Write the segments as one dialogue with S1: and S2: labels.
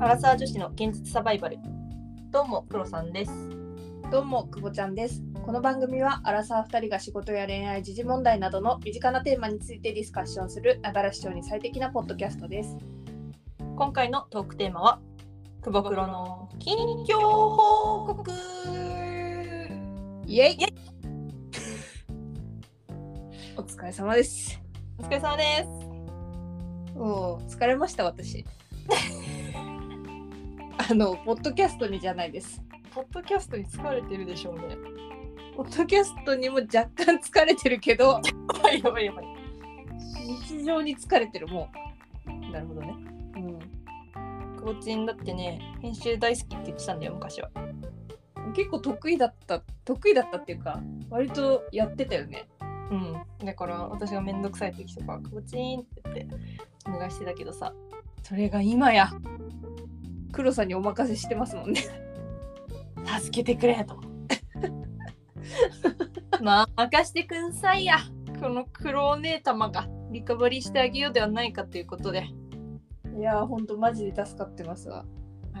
S1: アラサー女子の現実サバイバル。どうも、プロさんです。
S2: どうも、くぼちゃんです。この番組は、アラサー2人が仕事や恋愛、時事問題などの身近なテーマについてディスカッションする、ながら視聴に最適なポッドキャストです。
S1: 今回のトークテーマは、くぼくろの近況報告
S2: イエイ お疲れ様です。
S1: お疲れ様です。
S2: おお、疲れました、私。 あの、ポッドキャストにじゃないです。
S1: ポッドキャストに疲れてるでしょうね。
S2: ポッドキャストにも若干疲れてるけど、
S1: はい、やばいやばい。
S2: 日常に疲れてる、も
S1: なるほどね。
S2: う。
S1: くぼちんだってね、編集大好きって言ってたんだよ、昔は。
S2: うん、結構得意だった、得意だったっていうか、割とやってたよね。
S1: うん。だから、私がめんどくさい時とか、くぼちんって言って、お願いしてたけどさ、それが今や、
S2: 黒さんにお任せしてますもんね。
S1: 助けてくれと。まあ任してくんさいやこの苦労姉様がリカバリーしてあげようではないかということで、はい
S2: やーほんとマジで助かってますわ。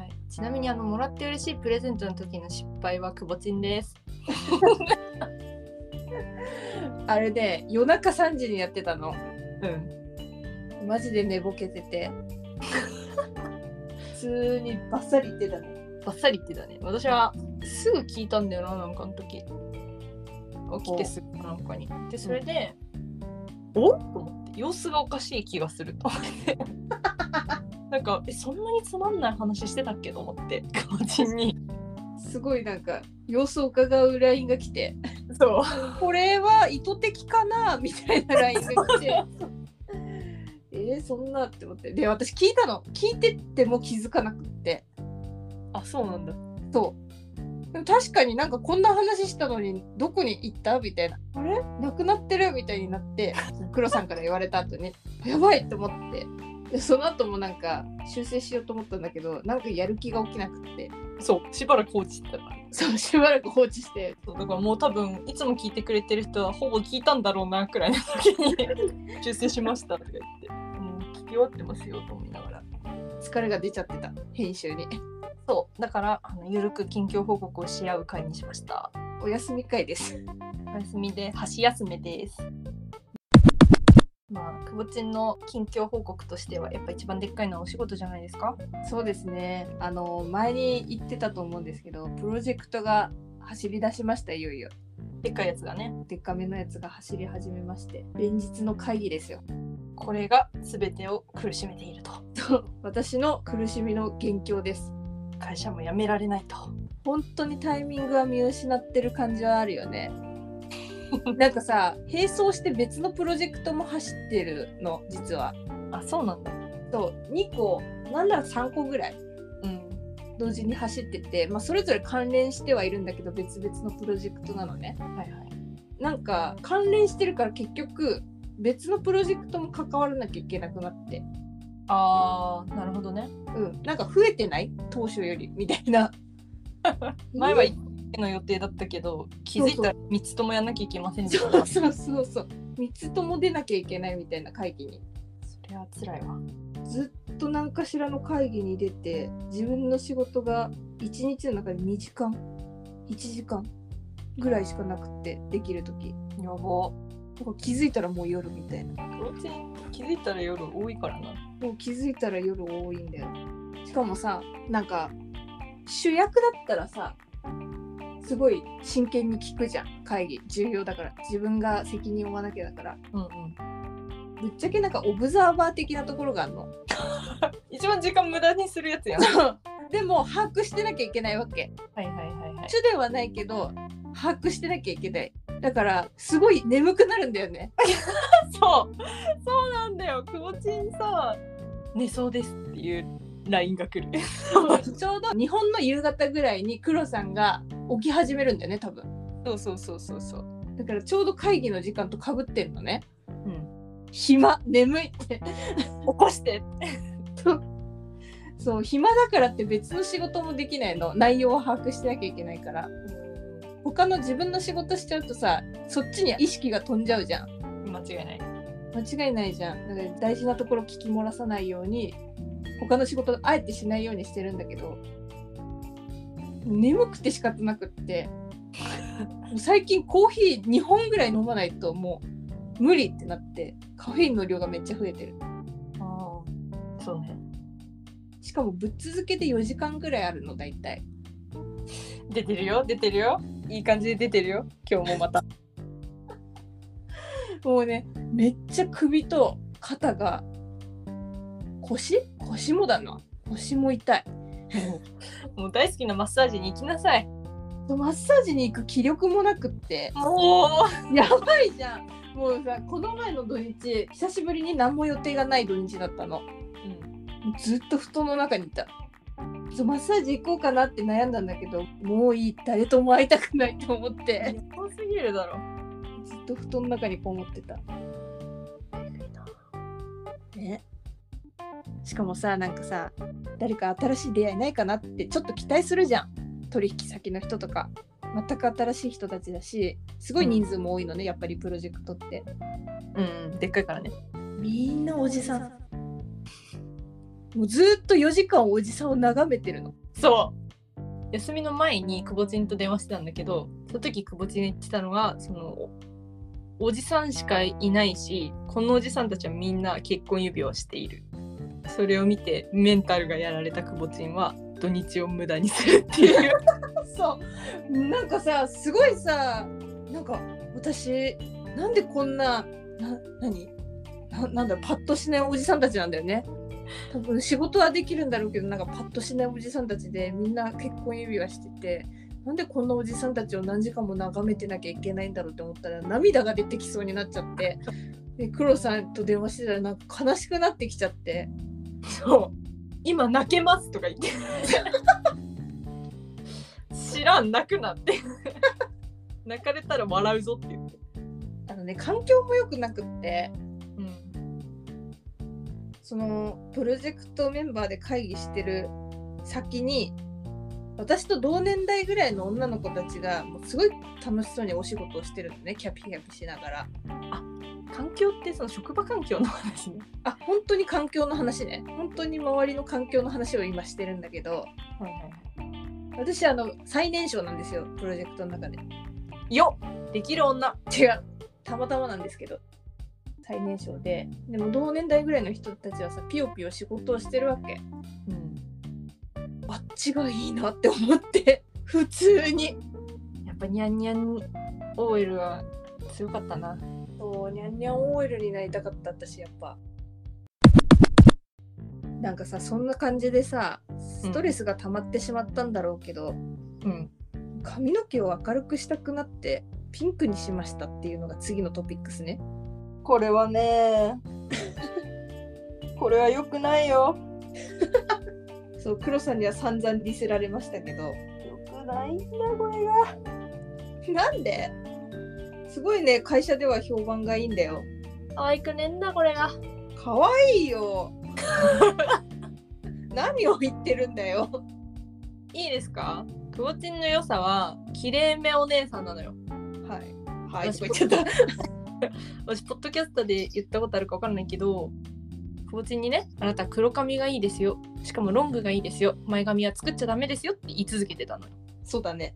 S1: い、ちなみにあのもらって嬉しいプレゼントの時の失敗はくぼちんです
S2: あれで夜中3時にやってたの。
S1: うん
S2: マジで寝ぼけてて。 普通にバッサリ言ってたの。
S1: バッサリ言ってたね私はすぐ聞いたんだよななんかの時起きてすぐかなんかにでそれで、おと思って様子がおかしい気がすると思ってなんかえそんなにつまんない話してたっけと思ってくぼちんに
S2: すごいなんか様子を伺う LINE が来て、
S1: そう
S2: これは意図的かなみたいな LINE が来て。えー、そんなって思って。で、私聞いたの。聞いてっても気づかなくって。
S1: あそうなんだ
S2: そう。でも確かになんかこんな話したのにどこに行ったみたいな。あれなくなってるみたいになって、黒さんから言われた後に、やばいと思って。で、その後もなんか修正しようと思ったんだけど、なんかやる気が起きなくって、
S1: そうしばらく放置してたから
S2: そう、しばらく放置して、
S1: そうだからもう多分いつも聞いてくれてる人はほぼ聞いたんだろうなくらいの時に 修正しましたとか言ってもう聞き終わってますよと思いながら
S2: 疲れが出ちゃってた、編集に。
S1: そうだからあのゆるく近況報告をし合う会にしました
S2: お休み会です。
S1: お休みで箸休めですまあくぼちんの近況報告としてはやっぱ一番でっかいのはお仕事じゃないですか
S2: そうですね。あの、前に言ってたと思うんですけど、プロジェクトが走り出しました、いよいよ。
S1: でっかいやつがね
S2: でっかめのやつが走り始めまして、連日の会議ですよ。
S1: これが全てを苦しめていると
S2: と私の苦しみの元凶です
S1: 会社も辞められないと
S2: 本当にタイミングは見失ってる感じはあるよねなんかさ並走して別のプロジェクトも走ってるの実は
S1: あそうなんだ
S2: と2個なんなら3個ぐらい
S1: うん
S2: 同時に走ってて、まあ、それぞれ関連してはいるんだけど別々のプロジェクトなのね
S1: はいはい
S2: なんか関連してるから結局別のプロジェクトも関わらなきゃいけなくなって
S1: あーなるほどね
S2: うんなんか増えてない当初よりみたいな
S1: 前は1の予定だったけど気づいたら3つともやんなきゃいけませんでし
S2: そ
S1: た
S2: うそうそうそう3つとも出なきゃいけないみたいな会議に
S1: それは辛いわ
S2: ずっと何かしらの会議に出て自分の仕事が1日の中で2時間1時間ぐらいしかなくってできる時
S1: 予防
S2: だから気づいたらもう夜みたいな
S1: 幼稚園気づいたら夜多いからな
S2: もう気づいたら夜多いんだよしかもさなんか主役だったらさすごい真剣に聞くじゃん会議重要だから自分が責任を負わなきゃだから
S1: うんうん
S2: ぶっちゃけなんかオブザーバー的なところがあるの
S1: 一番時間無駄にするやつやんはい
S2: そうでも把握してなきゃいけないわけ
S1: はいはいはい
S2: 主ではないけど把握してなきゃいけないだからすごい眠くなるんだよね
S1: そうそうなんだよくぼちんさ寝そうですっていうラインが来る
S2: ちょうど日本の夕方ぐらいに黒さんが起き始めるんだよね多分
S1: そうそうそうそうそう
S2: だからちょうど会議の時間とかぶってんのね
S1: うん
S2: 暇眠い って
S1: 起こして
S2: そう暇だからって別の仕事もできないの内容を把握してなきゃいけないから他の自分の仕事しちゃうとさそっちに意識が飛んじゃうじゃん
S1: 間違いない
S2: 間違いないじゃんだから大事なところ聞き漏らさないように他の仕事あえてしないようにしてるんだけど眠くて仕方なくってもう最近コーヒー2本ぐらい飲まないともう無理ってなってカフェインの量がめっちゃ増えてる
S1: ああそうね
S2: しかもぶっ続けで4時間ぐらいあるの大体
S1: 出てるよ出てるよいい感じで出てるよ今日もま た
S2: もうねめっちゃ首と肩が腰腰もだな腰も痛い
S1: もう大好きなマッサージに行きなさい
S2: マッサージに行く気力もなくって
S1: も
S2: やばいじゃんもうさこの前の土日久しぶりに何も予定がない土日だったの
S1: う、
S2: ずっと布団の中にいたそうマッサージ行こうかなって悩んだんだけどもういい誰とも会いたくないと思って
S1: うん、多すぎるだろ
S2: ずっと布団の中にこもってたねしかもさなんかさ誰か新しい出会いないかなってちょっと期待するじゃん取引先の人とか全く新しい人たちだしすごい人数も多いのね、やっぱりプロジェクトって
S1: うんでっかいからね
S2: みんなおじさんもうずっと4時間おじさんを眺めてるの
S1: そう休みの前に久保ちんと電話してたんだけどその時久保ちんが言ってたのがそのおおじさんしかいないしこのおじさんたちはみんな結婚指輪をしているそれを見てメンタルがやられた久保ちんは土日を無駄にするっていう
S2: そうなんかさすごいさなんか私なんでこんなな何ななんだろうパッとしないおじさんたちなんだよね多分仕事はできるんだろうけどなんかパッとしないおじさんたちでみんな結婚指輪しててなんでこんなおじさんたちを何時間も眺めてなきゃいけないんだろうって思ったら涙が出てきそうになっちゃってで黒さんと電話してたらなんか悲しくなってきちゃって
S1: そう今泣けますとか言って知らん泣くなって 泣かれたら笑うぞって言って、
S2: あのね環境も良くなくって
S1: うん、
S2: そのプロジェクトメンバーで会議してる先に私と同年代ぐらいの女の子たちがもうすごい楽しそうにお仕事をしてるのねキャピキャピしながら
S1: 環境ってその職場環境の話ね
S2: あ本当に環境の話ね本当に周りの環境の話を今してるんだけど
S1: はいはい
S2: 私あの最年少なんですよプロジェクトの中で
S1: よできる女
S2: 違うたまたまなんですけど最年少ででも同年代ぐらいの人たちはさピヨピヨ仕事をしてるわけ
S1: うん、
S2: あっちがいいなって思って 普通に
S1: やっぱニャンニャン OL は強かったな
S2: そうニャンニャンオイルになりたかった私やっぱなんかさそんな感じでさストレスが溜まってしまったんだろうけど、
S1: うん
S2: 髪の毛を明るくしたくなってピンクにしましたっていうのが次のトピックスね
S1: これはねこれは良くないよ
S2: そう黒さんには散々ディスられましたけど
S1: 良くないんだこれ
S2: なんですごいね会社では評判がいいんだよ
S1: が愛くねんだこれが
S2: かわいいよ何を言ってるんだよ
S1: いいですかくぼちんの良さは綺麗めお姉さんなのよ
S2: はいはいとか言っちゃった
S1: 私ポッドキャストで言ったことあるか分かんないけどくぼちんにねあなた黒髪がいいですよしかもロングがいいですよ前髪は作っちゃダメですよって言い続けてたのよ
S2: そうだね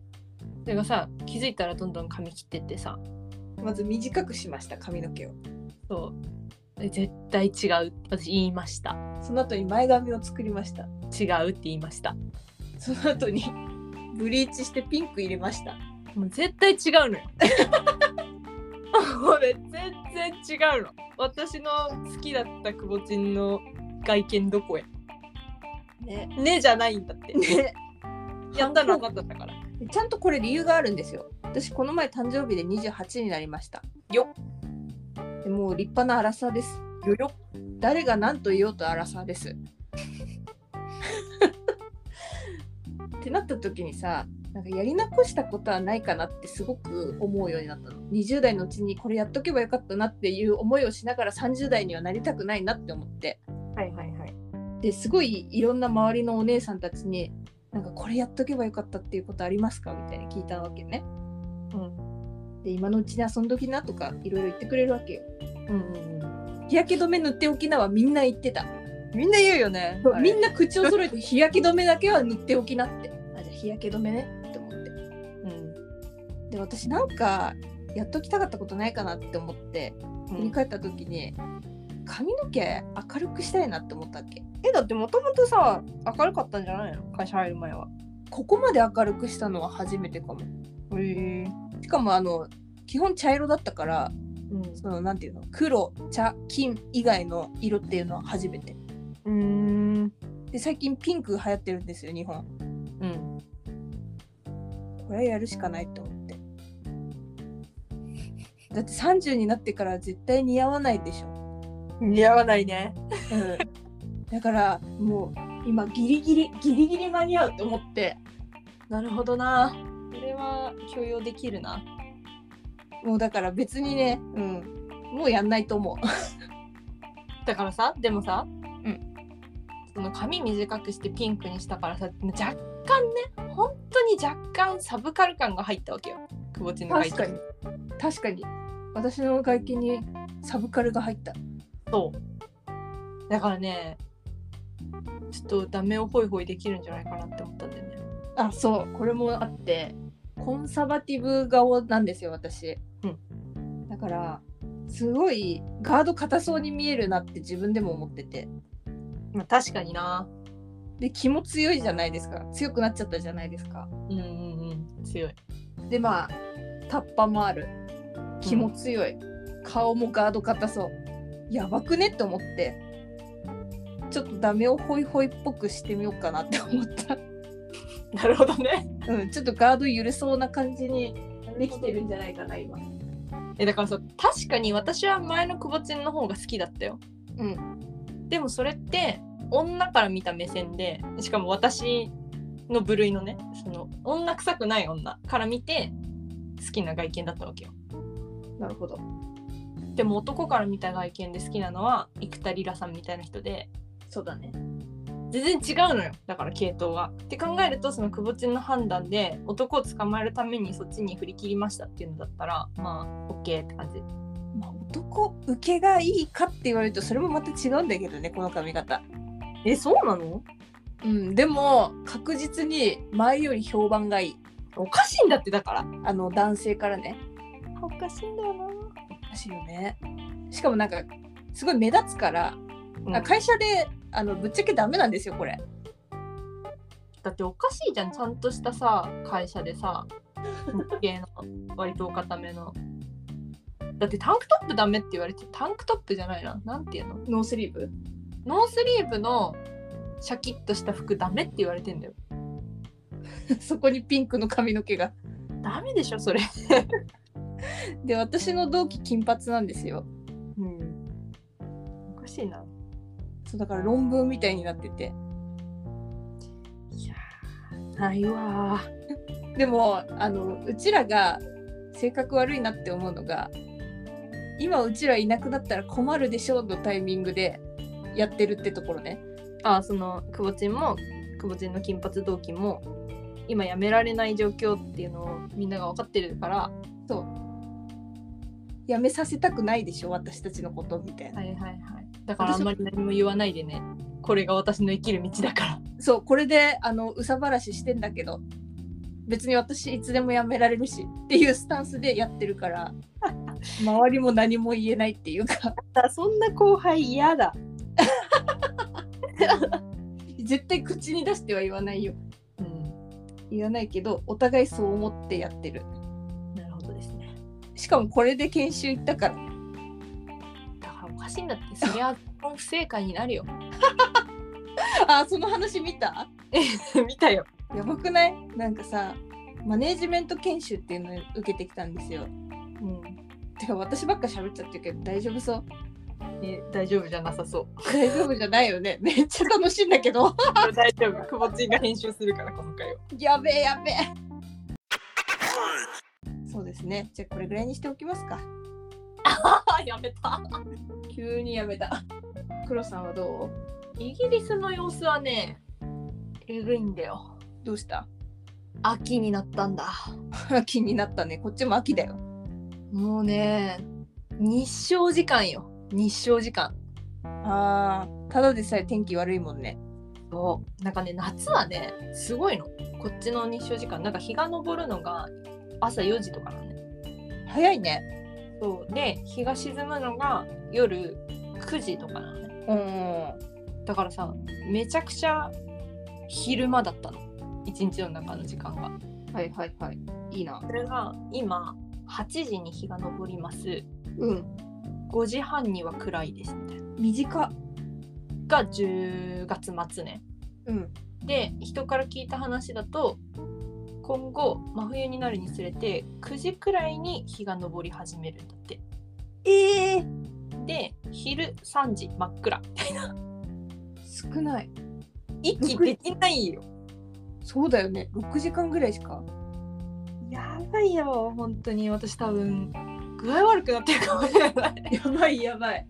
S1: それがさ気づいたらどんどん髪切ってってさ
S2: まず短くしました髪の毛を
S1: そうえ絶対違う私言いました
S2: その後に前髪を作りました
S1: 違うって言いました
S2: その後にブリーチしてピンク入れました
S1: もう絶対違うのよ これ全然違うの私の好きだったくぼちんの外見どこへ
S2: ね
S1: ねじゃないんだって
S2: ね
S1: やったらなかったんだから
S2: ちゃんとこれ理由があるんですよ私この前誕生日で28になりました
S1: よ
S2: でもう立派なアラサーです
S1: よよ
S2: 誰が何と言おうとアラサーですってなった時にさなんかやり残したことはないかなってすごく思うようになったの20代のうちにこれやっとけばよかったなっていう思いをしながら30代にはなりたくないなって思って
S1: はいはいはい
S2: ですごいいろんな周りのお姉さんたちになんかこれやっとけばよかったっていうことありますかみたいに聞いたわけね
S1: うん
S2: で今のうちに遊んどきなとかいろいろ言ってくれるわけよ
S1: うんうん
S2: 日焼け止め塗っておきなはみんな言ってた
S1: みんな言うよね
S2: そうみん
S1: な
S2: な口を揃えて日焼け止めだけは塗っておきなってあじゃあ日焼け止めねって思って
S1: うん
S2: で私なんかやっときたかったことないかなって思って振り返った時に髪の毛明るくしたいなって思ったっけ
S1: えだってもともとさ明るかったんじゃないの会社入る前は
S2: ここまで明るくしたのは初めてかも
S1: へえ
S2: しかもあの基本茶色だったからそのなんていうの黒茶金以外の色っていうのは初めて
S1: うんうん
S2: で最近ピンク流行ってるんですよ日本
S1: うん
S2: これはやるしかないと思ってだって30になってから絶対似合わないでしょ
S1: 似合わないね
S2: だからもう今ギリギリギリギリ間に合うと思って
S1: なるほどなそれは許容できるな
S2: もうだから別にね、うん、もうやんないと思
S1: だからさでもさ、
S2: うん
S1: その髪短くしてピンクにしたからさ若干ね本当に若干サブカル感が入ったわけよくぼち
S2: う
S1: の外見
S2: に確かに私の外見にサブカルが入った
S1: そうだからねちょっとダメをホイホイできるんじゃないかなって思ったんだよね
S2: あそうこれもあってコンサバティブ顔なんですよ私、だからすごいガード硬そうに見えるなって自分でも思ってて
S1: まあ確かにな
S2: で気も強いじゃないですか強くなっちゃったじゃないですか
S1: うんうんうん強い
S2: でまあタッパもある気も強い、顔もガード硬そうやばくねって思ってちょっとダメをホイホイっぽくしてみようかなって思った、
S1: なるほどね
S2: うん、ちょっとガード緩そうな感じにできてるんじゃないかな今
S1: えだからさ確かに私は前のくぼちんの方が好きだったよ
S2: うん
S1: でもそれって女から見た目線でしかも私の部類のねその女臭くない女から見て好きな外見だったわけよ
S2: なるほど
S1: でも男から見た外見で好きなのは生田リラさんみたいな人で
S2: そうだね
S1: 全然違うのよだから系統が。って考えるとそのくぼちんの判断で男を捕まえるためにそっちに振り切りましたっていうのだったらまあ OK って感じ。
S2: まあ男受けがいいかって言われるとそれもまた違うんだけどねこの髪型
S1: えそうなの
S2: うんでも確実に前より評判がいい
S1: おかしいんだってだから。
S2: あの男性からね
S1: おかしいんだよな。
S2: らしいよねしかもなんかすごい目立つから、
S1: うん
S2: あ会社であのぶっちゃけダメなんですよこれ
S1: だっておかしいじゃんちゃんとしたさ会社で さ日系の割とお固めのだってタンクトップダメって言われてタンクトップじゃないななんていうの
S2: ノースリーブ
S1: ノースリーブのシャキッとした服ダメって言われてんだよ
S2: そこにピンクの髪の毛が
S1: ダメでしょそれ
S2: で私の同期金髪なんですよ
S1: うんおかしいな
S2: そうだから論文みたいになってて
S1: いやーないわー
S2: でもあのうちらが性格悪いなって思うのが今うちらいなくなったら困るでしょのタイミングでやってるってところね
S1: あその久保ちんも久保ちんの金髪同期も今やめられない状況っていうのをみんなが分かってるから
S2: やめさせたくないでしょ私たちのことみたいな、
S1: はいはいはい。だからあんまり何も言わないでね。これが私の生きる道だから。
S2: そうこれであのうさばらししてんだけど別に私いつでもやめられるしっていうスタンスでやってるから周りも何も言えないっていうか
S1: そんな後輩嫌だ。
S2: 絶対口に出しては言わないよ
S1: うん。
S2: 言わないけどお互いそう思ってやってる
S1: なるほどですね。
S2: しかもこれで研修行ったから
S1: だからおかしいんだって、そりゃ不正解になるよ。
S2: あその話見た
S1: 見たよ。
S2: やばくないなんかさマネージメント研修っていうのを受けてきたんですよ
S1: うん。
S2: てか私ばっか喋っちゃってるけど大丈夫そう
S1: え大丈夫じゃなさそう。
S2: 大丈夫じゃないよね めっちゃ楽しいんだけど
S1: 大丈夫。くぼちんが編集するから、今回は。
S2: やべえやべえそうですねじゃあこれぐらいにしておきますか
S1: あ やめた。
S2: 急にやめた黒さんはど
S1: イギリスの様子はね、えぐいんだよ。
S2: うどうした
S1: 秋になったんだ。
S2: 気になったねこっちも秋だよ
S1: もうね、日照時間よ。日照時間。
S2: ああ、ただでさえ天気悪いもんね。
S1: そうなんかね夏はねすごいのこっちの日照時間なんか日が昇るのが朝4時とかなのね
S2: 早いね。
S1: そうで日が沈むのが夜9時とかなのね
S2: うん。
S1: だからさめちゃくちゃ昼間だったの一日の中の時間が
S2: はいはいはい。いいな。
S1: それが今8時に日が昇ります
S2: うん。
S1: 5時半には暗いですみたいな
S2: 短。
S1: が10月末ね
S2: うん。
S1: で人から聞いた話だと今後真冬になるにつれて9時くらいに日が昇り始めるんだって
S2: ええ
S1: で昼3時真っ暗
S2: 少ない。
S1: 息できないよ
S2: そうだよね。六時間ぐらいしか。
S1: やばいよ本当に私多分具合悪くなってるかもしれない
S2: やばいやばい。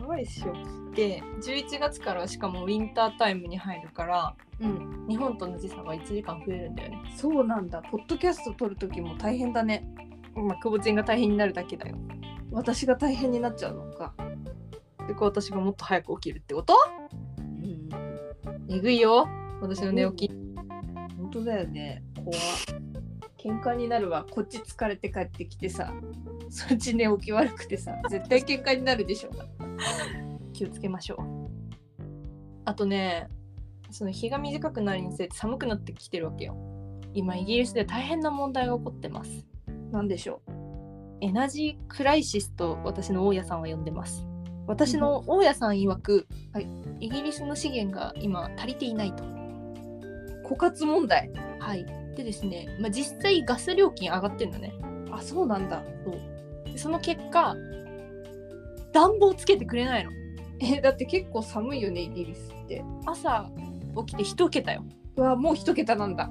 S1: やばいっしょで11月からはしかもウィンタータイムに入るから
S2: うん。
S1: 日本との時差が1時間増えるんだよね
S2: そうなんだ。ポッドキャスト撮る時も大変だね。
S1: まあ久保ちゃんが大変になるだけだよ
S2: 私が大変になっちゃうのか。
S1: でこう私がもっと早く起きるってこと
S2: うん。
S1: えぐいよ私の寝起き
S2: 本当だよね怖っ喧嘩になるわこっち疲れて帰ってきてさそっち寝起き悪くてさ絶対喧嘩になるでしょ
S1: 気をつけましょうあとねその日が短くなるにつれて寒くなってきてるわけよ今イギリスで大変な問題が起こってます
S2: なんでしょう
S1: エナジークライシスと私の大家さんは呼んでます私の大家さん曰く、
S2: はい
S1: イギリスの資源が今足りていないと
S2: 枯渇問題
S1: はいでですね、まあ、実際ガス料金上がってるのね
S2: あそうなんだ
S1: でその結果暖房つけてくれないの
S2: えだって結構寒いよねイギリスって
S1: 朝起きて一桁よ
S2: うわもう一桁なんだ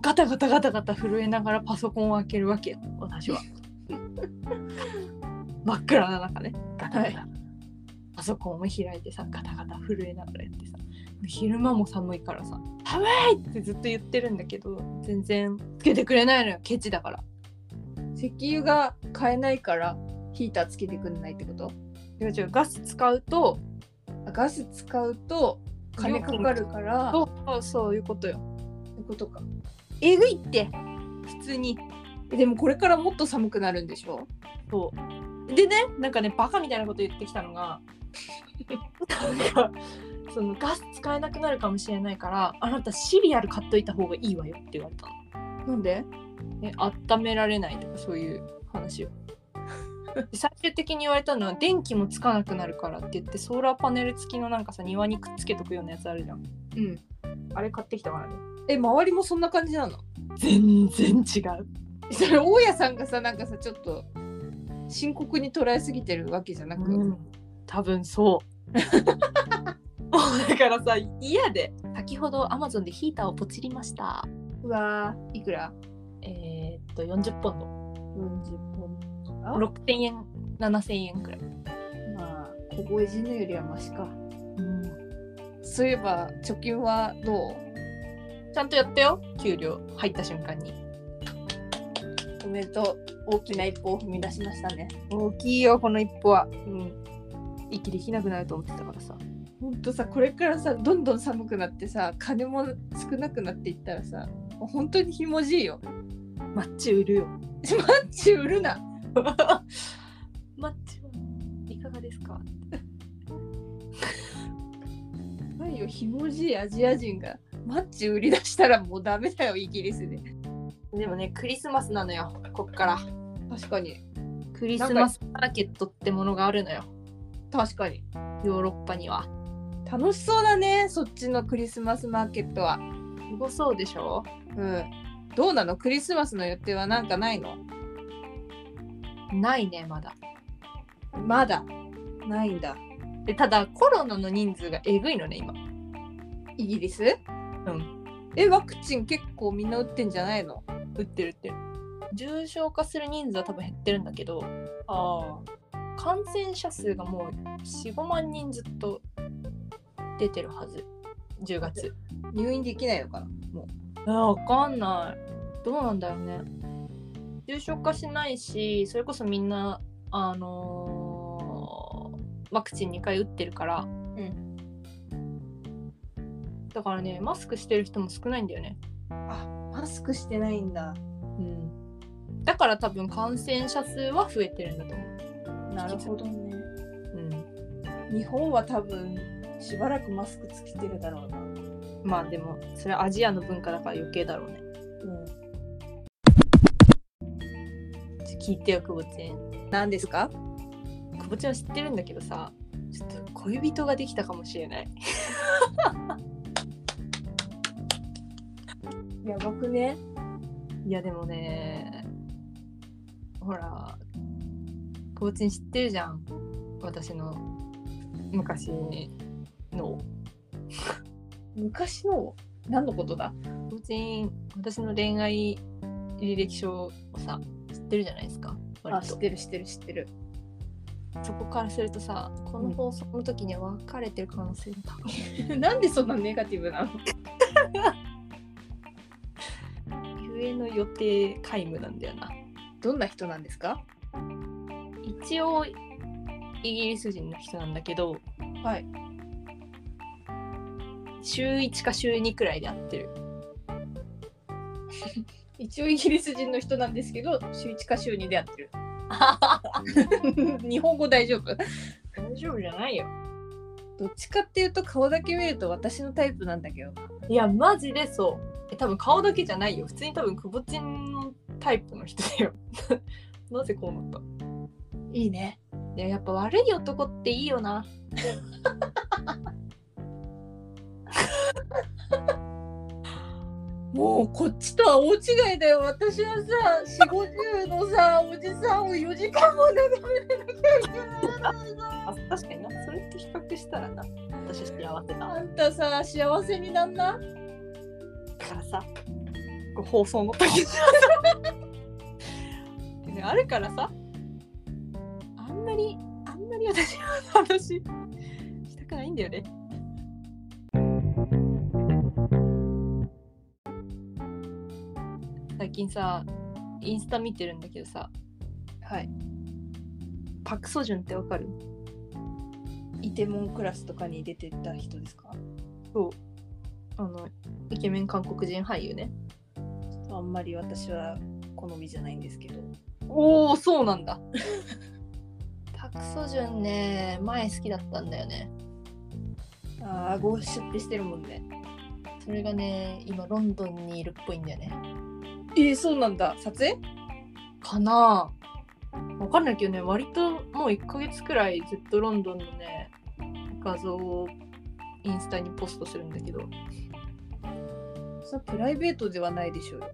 S1: ガタガタガタガタ震えながらパソコンを開けるわけよ私 は真っ暗な中ねガタガタ、
S2: は
S1: パソコンを開いてさガタガタ震えながらやってさ昼間も寒いからさ「寒い!」ってずっと言ってるんだけど全然つけてくれないのよケチだから
S2: 石油が買えないからヒーターつけてくんないってこと
S1: 違う違うガス使うと
S2: あガス使うと金かかるから
S1: そうそうそういうことよ
S2: ってことか
S1: えぐいって普通に
S2: えでもこれからもっと寒くなるんでしょ
S1: そうでねなんかねバカみたいなこと言ってきたの がなんかそのガス使えなくなるかもしれないからあなたシリアル買っといた方がいいわよって言われた
S2: なんで
S1: の、ね、温められないとかそういう 話を最終的に言われたのは電気もつかなくなるからって言ってソーラーパネル付きのなんかさ庭にくっつけとくようなやつあるじゃん
S2: うん
S1: あれ買ってきたからね
S2: え周りもそんな感じなの
S1: 全然違う
S2: それ大家さんがさなんかさちょっと深刻に捉えすぎてるわけじゃなく、
S1: うん、多分そう もうだからさ嫌で先ほど Amazon でヒーターをポチりました
S2: うわーいくら
S1: えーっと40ポンド
S2: ?40 ポンあ
S1: 6000円7000円くらい、
S2: ドまあ凍え死ぬよりはマシかそういえば貯金はど
S1: ちゃんとやったよ給料入った瞬間に
S2: うおめでとう大きな一歩を踏み出しましたね
S1: 大きいよこの一歩はうん息できなくなると思ってたからさ
S2: ほんとさこれからさどんどん寒くなってさ金も少なくなっていったらさもう本当にひもじいよ
S1: マッチ売 るよ
S2: マッチ売るな
S1: マッチはいかがですか
S2: ないよひもじいアジア人がマッチ売り出したらもうダメだよイギリスで
S1: でもねクリスマスなのよこっから
S2: 確かに
S1: クリスマスマーケットってものがあるのよ
S2: 確かに
S1: ヨーロッパには
S2: 楽しそうだねそっちのクリスマスマーケットは
S1: すごそうでしょ
S2: うんどうなのクリスマスの予定はなんかないの
S1: ないねまだ
S2: まだないんだ
S1: でただコロナの人数がえぐいのね今
S2: イギリスうんえワクチン結構みんな打ってんじゃないの
S1: 打ってる打ってる重症化する人数は多分減ってるんだけど
S2: あ
S1: 感染者数がもう45万人ずっと出てるはず10月
S2: あ入院できないのかな
S1: えわかんないどうなんだよね重症化しないしそれこそみんなあのワクチン2回打ってるから、
S2: ん
S1: だからねマスクしてる人も少ないんだよね、
S2: マスクしてないんだ。
S1: うん、だから多分感染者数は増えてるんだと思う
S2: なるほどね。、
S1: うん、
S2: 日本は多分しばらくマスクつけてるだろうな。
S1: まあでもそれはアジアの文化だから余計だろうねちょ聞いてよくぼちん
S2: うん。何ですか？
S1: 久保ちゃん知ってるんだけどさちょっと恋人ができたかもしれない
S2: やばくね。
S1: いやでもねほら久保ちん知ってるじゃん私の昔の
S2: 昔の何のことだ？
S1: 久保ちん私の恋愛履歴書をさ知ってるじゃないですか割と
S2: てる知ってる知ってる。
S1: そこからするとさこの放送の時には別れてる可能性が高い、
S2: なんでそんなネガティブなの？
S1: ゆえの予定皆無なんだよな
S2: どんな人なんですか？
S1: 一応イギリス人の人なんだけど
S2: はい。
S1: 週1か週2くらいで会ってる
S2: 一応イギリス人の人なんですけど、週一か週二でやってる。 日本語大丈夫？
S1: 大丈夫じゃないよ
S2: どっちかっていうと顔だけ見ると私のタイプなんだけど。
S1: いやマジでそうえ多分顔だけじゃないよ普通に多分くぼちんのタイプの人だよ なぜこうなった
S2: いいね。
S1: いややっぱ悪い男っていいよな
S2: もうこっちとは大違いだよ。私はさ、4、50のさ、おじさんを4時間も眺めなきゃいけないのよ。
S1: あ確かになそれって比較したらな私は幸せだ
S2: あんたさ、幸せになんな。
S1: だからさこう放送の時にで ねあるからさあんまりあんまり私は話したくないんだよね最近さインスタ見てるんだけどさ
S2: はい。
S1: パク・ソジュンってわかる
S2: イテモンクラスとかに出てた人ですか
S1: あのイケメン韓国人俳優ね
S2: あんまり私は好みじゃないんですけど。
S1: おおそうなんだパク・ソジュンね前好きだったんだよね
S2: ああ、ご出ってしてるもんね。
S1: それがね今ロンドンにいるっぽいんだよね
S2: えー、そうなんだ。撮影
S1: かなあわかんないけどね割ともう1ヶ月くらいずっとロンドンのね画像をインスタにポストするんだけど
S2: さ、プライベートではないでしょうよ。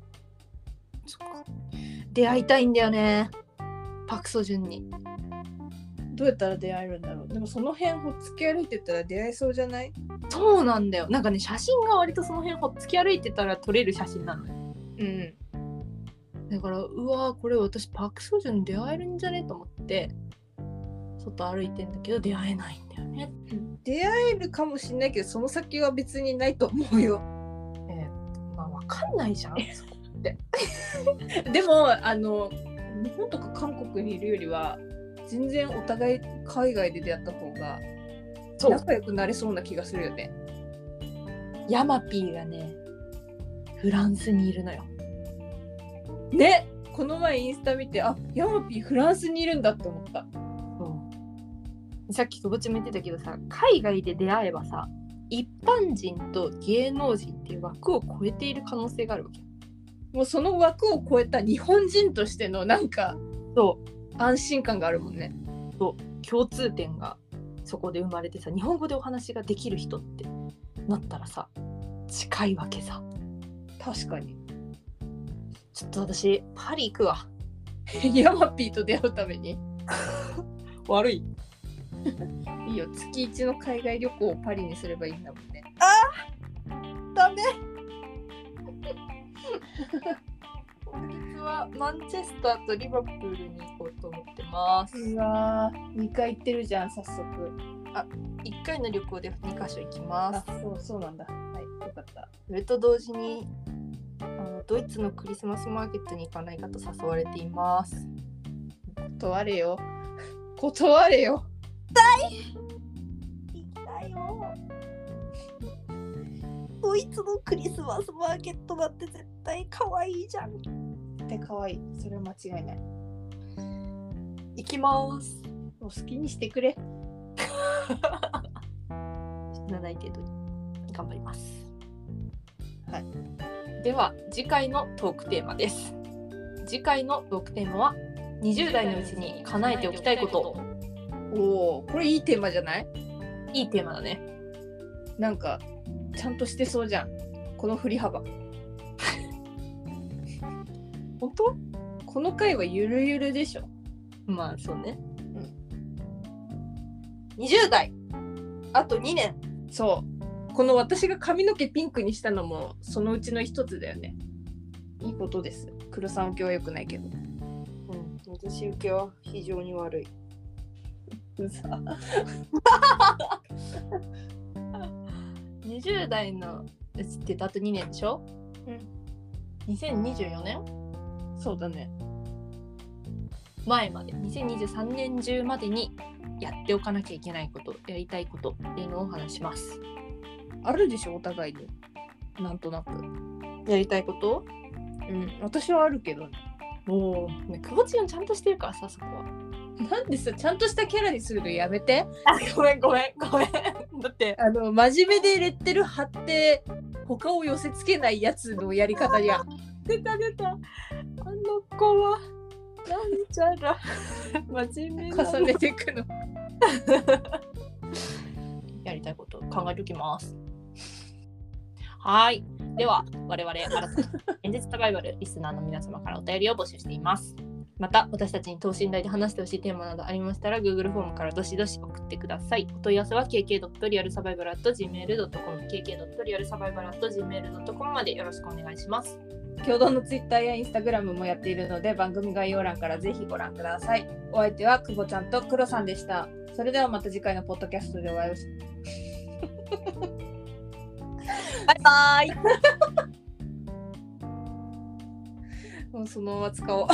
S1: 出会いたいんだよねパク・ソジュンに
S2: どうやったら出会えるんだろう。でもその辺ほっつき歩いてたら出会えそうじゃない
S1: そうなんだよなんかね写真が割とその辺ほっつき歩いてたら撮れる写真なのよ
S2: うん。
S1: だからうわーこれ私パク・ソジュン出会えるんじゃねと思って外歩いてんだけど出会えないんだよね、
S2: 出会えるかもしれないけどその先は別にないと思うよ
S1: えーまあわかんないじゃん
S2: でもあの日本とか韓国にいるよりは全然お互い海外で出会った方が仲良くなれそうな気がするよね
S1: ヤマピーがねフランスにいるのよ
S2: ねこの前インスタ見てあヤマピーフランスにいるんだって思った
S1: さっき久保ちゃんも言ってたけどさ海外で出会えばさ一般人と芸能人っていう枠を超えている可能性があるわけ
S2: もうその枠を超えた日本人としてのなんか
S1: そ
S2: 安心感があるもんね
S1: う共通点がそこで生まれてさ日本語でお話ができる人ってなったらさ近いわけさ
S2: 確かに
S1: ちょっと私パリ行くわ
S2: ヤマピーと出会うために
S1: 悪い
S2: いいよ月一の海外旅行をパリにすればいいんだもんね
S1: ダメ今月はマンチェスターとリバプールに行こうと思ってます
S2: うわー2回行ってるじゃん早速
S1: 1回の旅行で2カ所行きます
S2: そうそうなんだはいよかった
S1: それと同時にあのドイツのクリスマスマーケットに行かないかと誘われています
S2: 断れよ断れよ
S3: 行きたいよドイツのクリスマスマーケットだって絶対可愛いじゃん
S2: って可愛いそれは間違いない行きますもう好きにしてくれ
S1: 死なない程度に頑張ります。
S2: はい。
S1: では次回のトークテーマです。次回のトークテーマは20代のうちに叶えておきたいこと。
S2: おおこれいいテーマじゃない
S1: いいテーマだね。
S2: なんかちゃんとしてそうじゃんこの振り幅
S1: 本当？
S2: この回はゆるゆるでしょ
S1: まあそうね。20代あと2年
S2: そうこの私が髪の毛ピンクにしたのもそのうちの一つだよねいいことです黒さん受けは良くないけど
S3: うん、私受けは非常に悪い。
S2: うざ
S1: 20代のうちってあと2年でしょうん2024年
S2: そうだね
S1: 前まで2023年中までにやっておかなきゃいけないことやりたいことっていうのをお話します
S2: あるでしょお互いになんとなく
S1: やりたいこと
S2: うん私はあるけどね
S1: おお久保ちゃんちゃんとしてるからさそこは
S2: なんでさちゃんとしたキャラにするのやめて
S1: ごめんごめんごめんだって
S2: あの真面目でレッテル貼って他を寄せつけないやつのやり方じゃん
S1: 出た出たあの子はなんちゃら真面目な
S2: 重ねていくの
S1: やりたいこと考えておきます。はい。では、我々、新たな演説サバイバル、リスナーの皆様からお便りを募集しています。また、私たちに等身大で話してほしいテーマなどありましたら、Google フォームからどしどし送ってください。お問い合わせは kk.realsurvival.gmail.com、kk.realsurvival.gmail.com までよろしくお願いします。
S2: 共同のツイッターやインスタグラムもやっているので番組概要欄からぜひご覧くださいお相手は久保ちゃんとクロさんでしたそれではまた次回のポッドキャストでお会いしましょう
S1: バイバイ
S2: もうそのまま使おう。